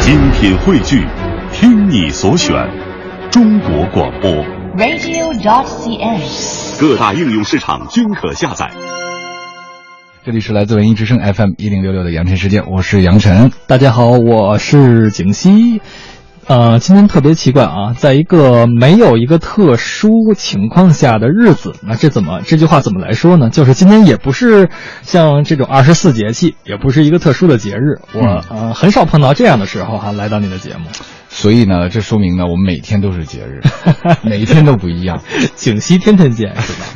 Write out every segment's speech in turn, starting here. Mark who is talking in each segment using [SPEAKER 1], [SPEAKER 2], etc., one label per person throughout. [SPEAKER 1] 精品汇聚，听你所选，中国广播。
[SPEAKER 2] radio.cn。
[SPEAKER 1] 各大应用市场均可下载。
[SPEAKER 3] 这里是来自文艺之声 FM 一零六六的杨晨时间，我是杨晨。
[SPEAKER 4] 大家好，我是景熙。呃，今天特别奇怪啊，在一个没有一个特殊情况下的日子，那这怎么这句话怎么来说呢？就是今天也不是像这种二十四节气，也不是一个特殊的节日，我、呃很少碰到这样的时候哈、来到你的节目。
[SPEAKER 3] 所以呢，这说明呢，我们每天都是节 日，每一天都不一样。
[SPEAKER 4] 景熙天天见是吧？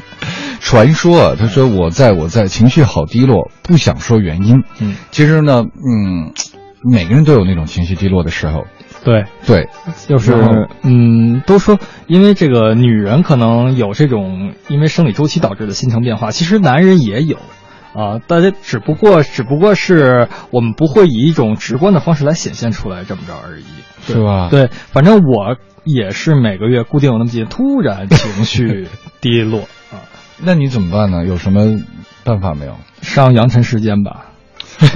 [SPEAKER 3] 传说啊，他说我在我在情绪好低落，不想说原因。
[SPEAKER 4] 嗯，
[SPEAKER 3] 其实呢，嗯，每个人都有那种情绪低落的时候。
[SPEAKER 4] 对，
[SPEAKER 3] 对，
[SPEAKER 4] 就是嗯，都说因为这个女人可能有这种因为生理周期导致的心情变化，其实男人也有。啊，大家只不过只不过是我们不会以一种直观的方式来显现出来，这么着而已，对
[SPEAKER 3] 是吧
[SPEAKER 4] 对，反正我也是每个月固定有那么几天突然情绪 低落啊，
[SPEAKER 3] 那你怎么办呢？有什么办法 没有？
[SPEAKER 4] 上扬尘时间吧，
[SPEAKER 3] 哎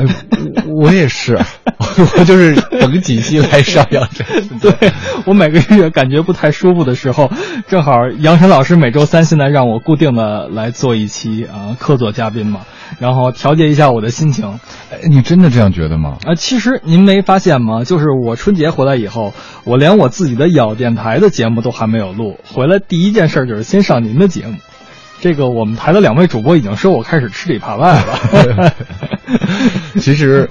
[SPEAKER 3] 我我也是，啊 我就是等几期来上扬这。
[SPEAKER 4] 对我每个月感觉不太舒服的时候，正好杨晨老师每周三现在让我固定的来做一期啊、呃客座嘉宾嘛，然后调节一下我的心情啊、
[SPEAKER 3] 哎你真的这样觉得吗？
[SPEAKER 4] 呃其实您没发现吗？就是我春节回来以后，我连我自己的咬电台的节目都还没有录，回来第一件事就是先上您的节目。这个我们台的两位主播已经说我开始吃里扒外了。
[SPEAKER 3] 其实，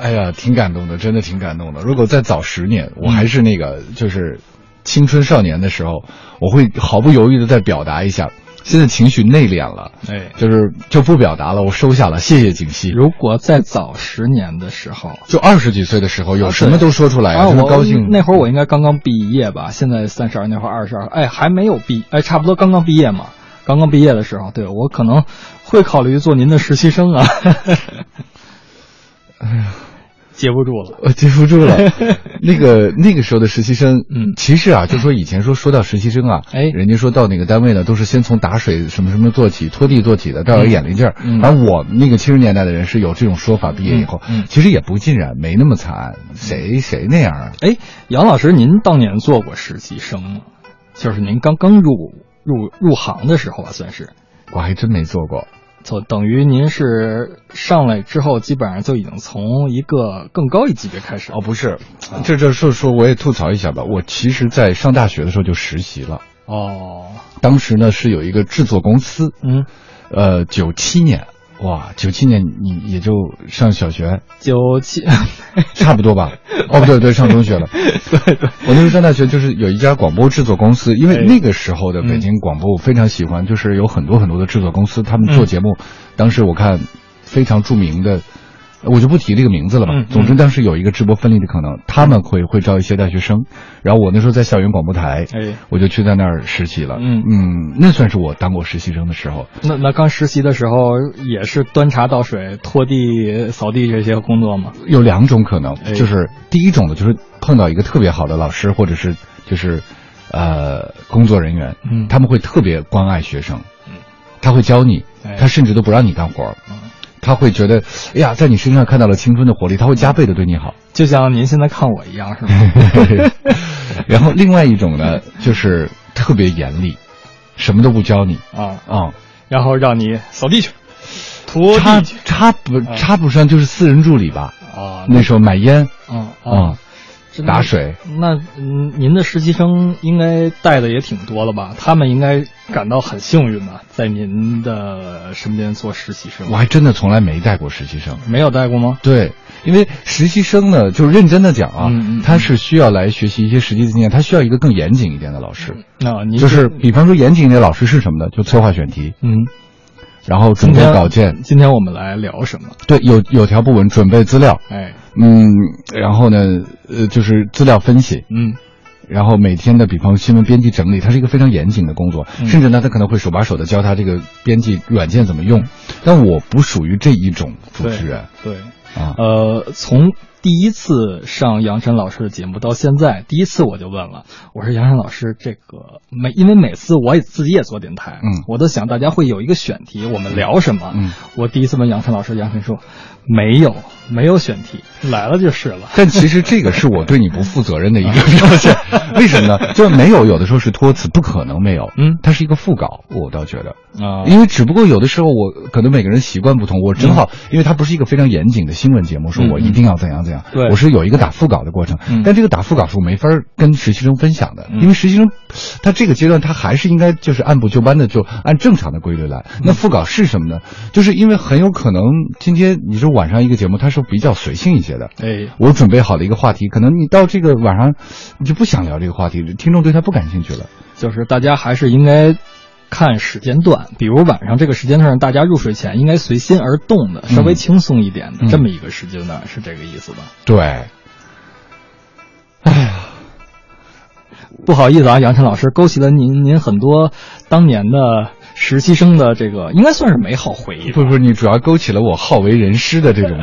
[SPEAKER 3] 哎呀，挺感动的，真的挺感动的。如果再早十年，我还是那个就是青春少年的时候，我会毫不犹豫的再表达一下。现在情绪内敛了，
[SPEAKER 4] 哎，
[SPEAKER 3] 就是就不表达了，我收下了，谢谢景熙。
[SPEAKER 4] 如果再早十年的时候，
[SPEAKER 3] 就二十几岁的时候，有
[SPEAKER 4] 啊
[SPEAKER 3] 什么
[SPEAKER 4] 对
[SPEAKER 3] 都说出来，
[SPEAKER 4] 啊，
[SPEAKER 3] 有什么
[SPEAKER 4] 我
[SPEAKER 3] 高兴
[SPEAKER 4] 那会儿我应该刚刚毕业吧，现在三十二，那会儿二十二，哎，还没有毕，哎，差不多刚刚毕业嘛。刚刚毕业的时候，对我可能会考虑做您的实习生啊。 哎呀，接不住了。
[SPEAKER 3] 我呃接不 住了。那个那个时候的实习生，
[SPEAKER 4] 嗯
[SPEAKER 3] 其实啊，就说以前说说到实习生啊，
[SPEAKER 4] 哎
[SPEAKER 3] 人家说到哪个单位呢，都是先从打水什么什么做起，拖地做起的，这儿有眼力劲儿。
[SPEAKER 4] 嗯
[SPEAKER 3] 而我们那个七十年代的人是有这种说法，毕业以后，
[SPEAKER 4] 嗯嗯
[SPEAKER 3] 其实也不尽然，没那么惨，谁谁那样啊？
[SPEAKER 4] 哎，杨老师，您当年做过实习生吗？就是您刚刚入入入行的时候吧，算是，
[SPEAKER 3] 我还真没做过。
[SPEAKER 4] 就等于您是上来之后，基本上就已经从一个更高一级别开始。
[SPEAKER 3] 哦，不是，这这说说我也吐槽一下吧。我其实，在上大学的时候就实习了，
[SPEAKER 4] 哦，
[SPEAKER 3] 当时呢是有一个制作公司，
[SPEAKER 4] 嗯，
[SPEAKER 3] 呃，九七年，哇，九七年你也就上小学，
[SPEAKER 4] 九七， 哎
[SPEAKER 3] 差不多吧。哦，不对不对，上中学了。
[SPEAKER 4] 对对，
[SPEAKER 3] 我那时候上大学，就是有一家广播制作公司，因为
[SPEAKER 4] 哎
[SPEAKER 3] 那个时候的北京广播我非常喜欢，就是有很多很多的制作公司，他们做节目。
[SPEAKER 4] 嗯
[SPEAKER 3] 当时我看非常著名的，我就不提这个名字了吧。
[SPEAKER 4] 嗯嗯
[SPEAKER 3] 总之，当时有一个直播分离的可能，他们会会招一些大学生。然后我那时候在校园广播台，
[SPEAKER 4] 哎，
[SPEAKER 3] 我就去在那儿实习了。
[SPEAKER 4] 嗯
[SPEAKER 3] 嗯，那算是我当过实习生的时候。
[SPEAKER 4] 那那刚实习的时候也是端茶倒水、拖地、扫地这些工作吗？
[SPEAKER 3] 有两种可能
[SPEAKER 4] 哎，
[SPEAKER 3] 就是第一种呢，就是碰到一个特别好的老师，或者是就是，呃，工作人员，
[SPEAKER 4] 嗯
[SPEAKER 3] 他们会特别关爱学生，
[SPEAKER 4] 嗯
[SPEAKER 3] 他会教你
[SPEAKER 4] 哎，嗯
[SPEAKER 3] 他甚至都不让你干活儿，他会觉得，哎呀，在你身上看到了青春的活力，他会加倍的对你 好。
[SPEAKER 4] 就像您现在看我一样，是吗？
[SPEAKER 3] 然后另外一种呢，就是特别严厉，什么都不教你
[SPEAKER 4] 啊，
[SPEAKER 3] 啊。
[SPEAKER 4] 然后让你扫地去，拖
[SPEAKER 3] 插
[SPEAKER 4] 地去
[SPEAKER 3] 插不
[SPEAKER 4] 啊
[SPEAKER 3] 插不上就是私人助理吧？
[SPEAKER 4] 啊，
[SPEAKER 3] 那时候买烟
[SPEAKER 4] 啊
[SPEAKER 3] 啊
[SPEAKER 4] 啊，，真的
[SPEAKER 3] 打水。
[SPEAKER 4] 那嗯您的实习生应该带的也挺多了吧？他们应该感到很幸运吧，在您的身边做实习生
[SPEAKER 3] 我，还真的从来没带过实习生。
[SPEAKER 4] 没有带过吗？
[SPEAKER 3] 对，因为实习生呢，就是认真的讲啊，
[SPEAKER 4] 嗯嗯
[SPEAKER 3] 他是需要来学习一些实际经验，他需要一个更严谨一点的老师。
[SPEAKER 4] 那嗯啊您
[SPEAKER 3] 就是比方说严谨一点的老师是什么呢？就策划选题，
[SPEAKER 4] 嗯，
[SPEAKER 3] 然后准
[SPEAKER 4] 今
[SPEAKER 3] 备
[SPEAKER 4] 天
[SPEAKER 3] 稿件，
[SPEAKER 4] 今天我们来聊什么？
[SPEAKER 3] 对，有有条不紊准备资料，
[SPEAKER 4] 哎，
[SPEAKER 3] 嗯，然后呢，呃，就是资料分析。
[SPEAKER 4] 嗯，
[SPEAKER 3] 然后每天的，比方新闻编辑整理，它是一个非常严谨的工作，
[SPEAKER 4] 嗯
[SPEAKER 3] 甚至呢，他可能会手把手的教他这个编辑软件怎么用。但我不属于这一种主持人
[SPEAKER 4] 对。
[SPEAKER 3] 啊，
[SPEAKER 4] 呃，从第一次上杨晨老师的节目到现在，第一次我就问了，我说杨晨老师，这个每因为每次我也自己也做电台，
[SPEAKER 3] 嗯
[SPEAKER 4] 我都想大家会有一个选题，我们聊什么？
[SPEAKER 3] 嗯
[SPEAKER 4] 我第一次问杨晨老师，杨晨说没有，没有选题，来了就是了。
[SPEAKER 3] 但其实这个是我对你不负责任的一个表现，为什么呢？就是没有，有的时候是托词，不可能没有。
[SPEAKER 4] 嗯
[SPEAKER 3] 它是一个副稿，我倒觉得，
[SPEAKER 4] 啊、
[SPEAKER 3] 因为只不过有的时候我可能每个人习惯不同，我正
[SPEAKER 4] 嗯
[SPEAKER 3] 好，因为它不是一个非常严谨的新闻节目，说我一定要怎样怎样，
[SPEAKER 4] 嗯对
[SPEAKER 3] 我是有一个打副稿的过程
[SPEAKER 4] 嗯，
[SPEAKER 3] 但这个打副稿是我没法跟实习生分享的，
[SPEAKER 4] 嗯
[SPEAKER 3] 因为实习生他这个阶段他还是应该就是按部就班的，就按正常的规律来。
[SPEAKER 4] 嗯
[SPEAKER 3] 那副稿是什么呢？就是因为很有可能今天你说晚上一个节目，它是比较随性一些的，
[SPEAKER 4] 哎，
[SPEAKER 3] 我准备好了一个话题，可能你到这个晚上，你就不想聊这个话题，听众对他不感兴趣了。
[SPEAKER 4] 就是大家还是应该看时间段，比如晚上这个时间段，大家入睡前应该随心而动的，稍微轻松一点的、
[SPEAKER 3] 嗯
[SPEAKER 4] 这么一个时间段，是这个意思吧？
[SPEAKER 3] 对，哎呀，
[SPEAKER 4] 不好意思啊，杨晨老师勾起了您您很多当年的实习生的这个，应该算是美好回忆吧。
[SPEAKER 3] 不不，你主要勾起了我好为人师的这种欲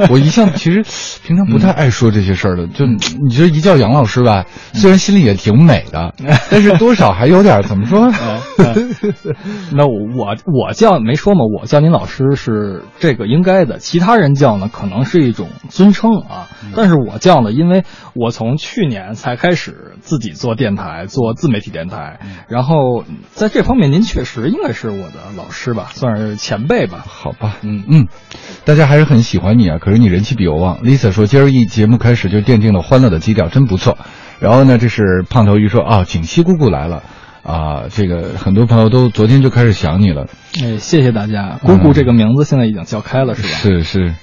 [SPEAKER 3] 望。我一向其实平常不太爱说这些事儿的，就你觉得一叫杨老师吧，虽然心里也挺美的，但是多少还有点儿怎么说？
[SPEAKER 4] 那我我我叫没说嘛，我叫您老师是这个应该的，其他人叫呢可能是一种尊称啊，但是我叫呢，因为我从去年才开始自己做电台，做自媒体电台，然后在这方面您确实应该是我的老师吧，算是前辈吧。
[SPEAKER 3] 好吧，
[SPEAKER 4] 嗯
[SPEAKER 3] 嗯，大家还是很喜欢你啊。可是你人气比我旺。Lisa 说，今儿一节目开始就奠定了欢乐的基调，真不错。然后呢，这是胖头鱼说啊，锦溪姑姑来了啊，这个很多朋友都昨天就开始想你了，
[SPEAKER 4] 哎，谢谢大家，姑姑这个名字现在已经叫开了是吧？
[SPEAKER 3] 是是，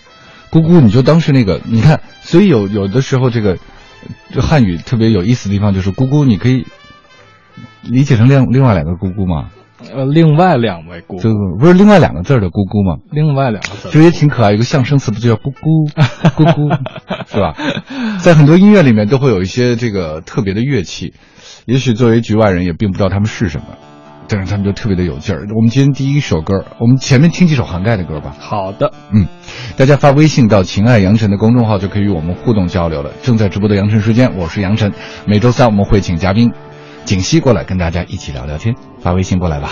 [SPEAKER 3] 姑姑你就当是那个，你看，所以有有的时候这个就汉语特别有意思的地方就是姑姑，你可以理解成另另外两个姑姑嘛，
[SPEAKER 4] 呃，另外两位姑，
[SPEAKER 3] 就不是另外两个字儿的姑姑嘛，
[SPEAKER 4] 另外两个字
[SPEAKER 3] 就也挺可爱，有个象声词不就叫咕咕咕咕，是吧？在很多音乐里面都会有一些这个特别的乐器，也许作为局外人也并不知道他们是什么，但是他们就特别的有劲儿。我们今天第一首歌，我们前面听几首涵盖的歌吧。
[SPEAKER 4] 好的，
[SPEAKER 3] 嗯，大家发微信到“情爱杨晨”的公众号就可以与我们互动交流了。正在直播的杨晨时间，我是杨晨。每周三我们会请嘉宾景熙过来跟大家一起聊聊天，发微信过来吧。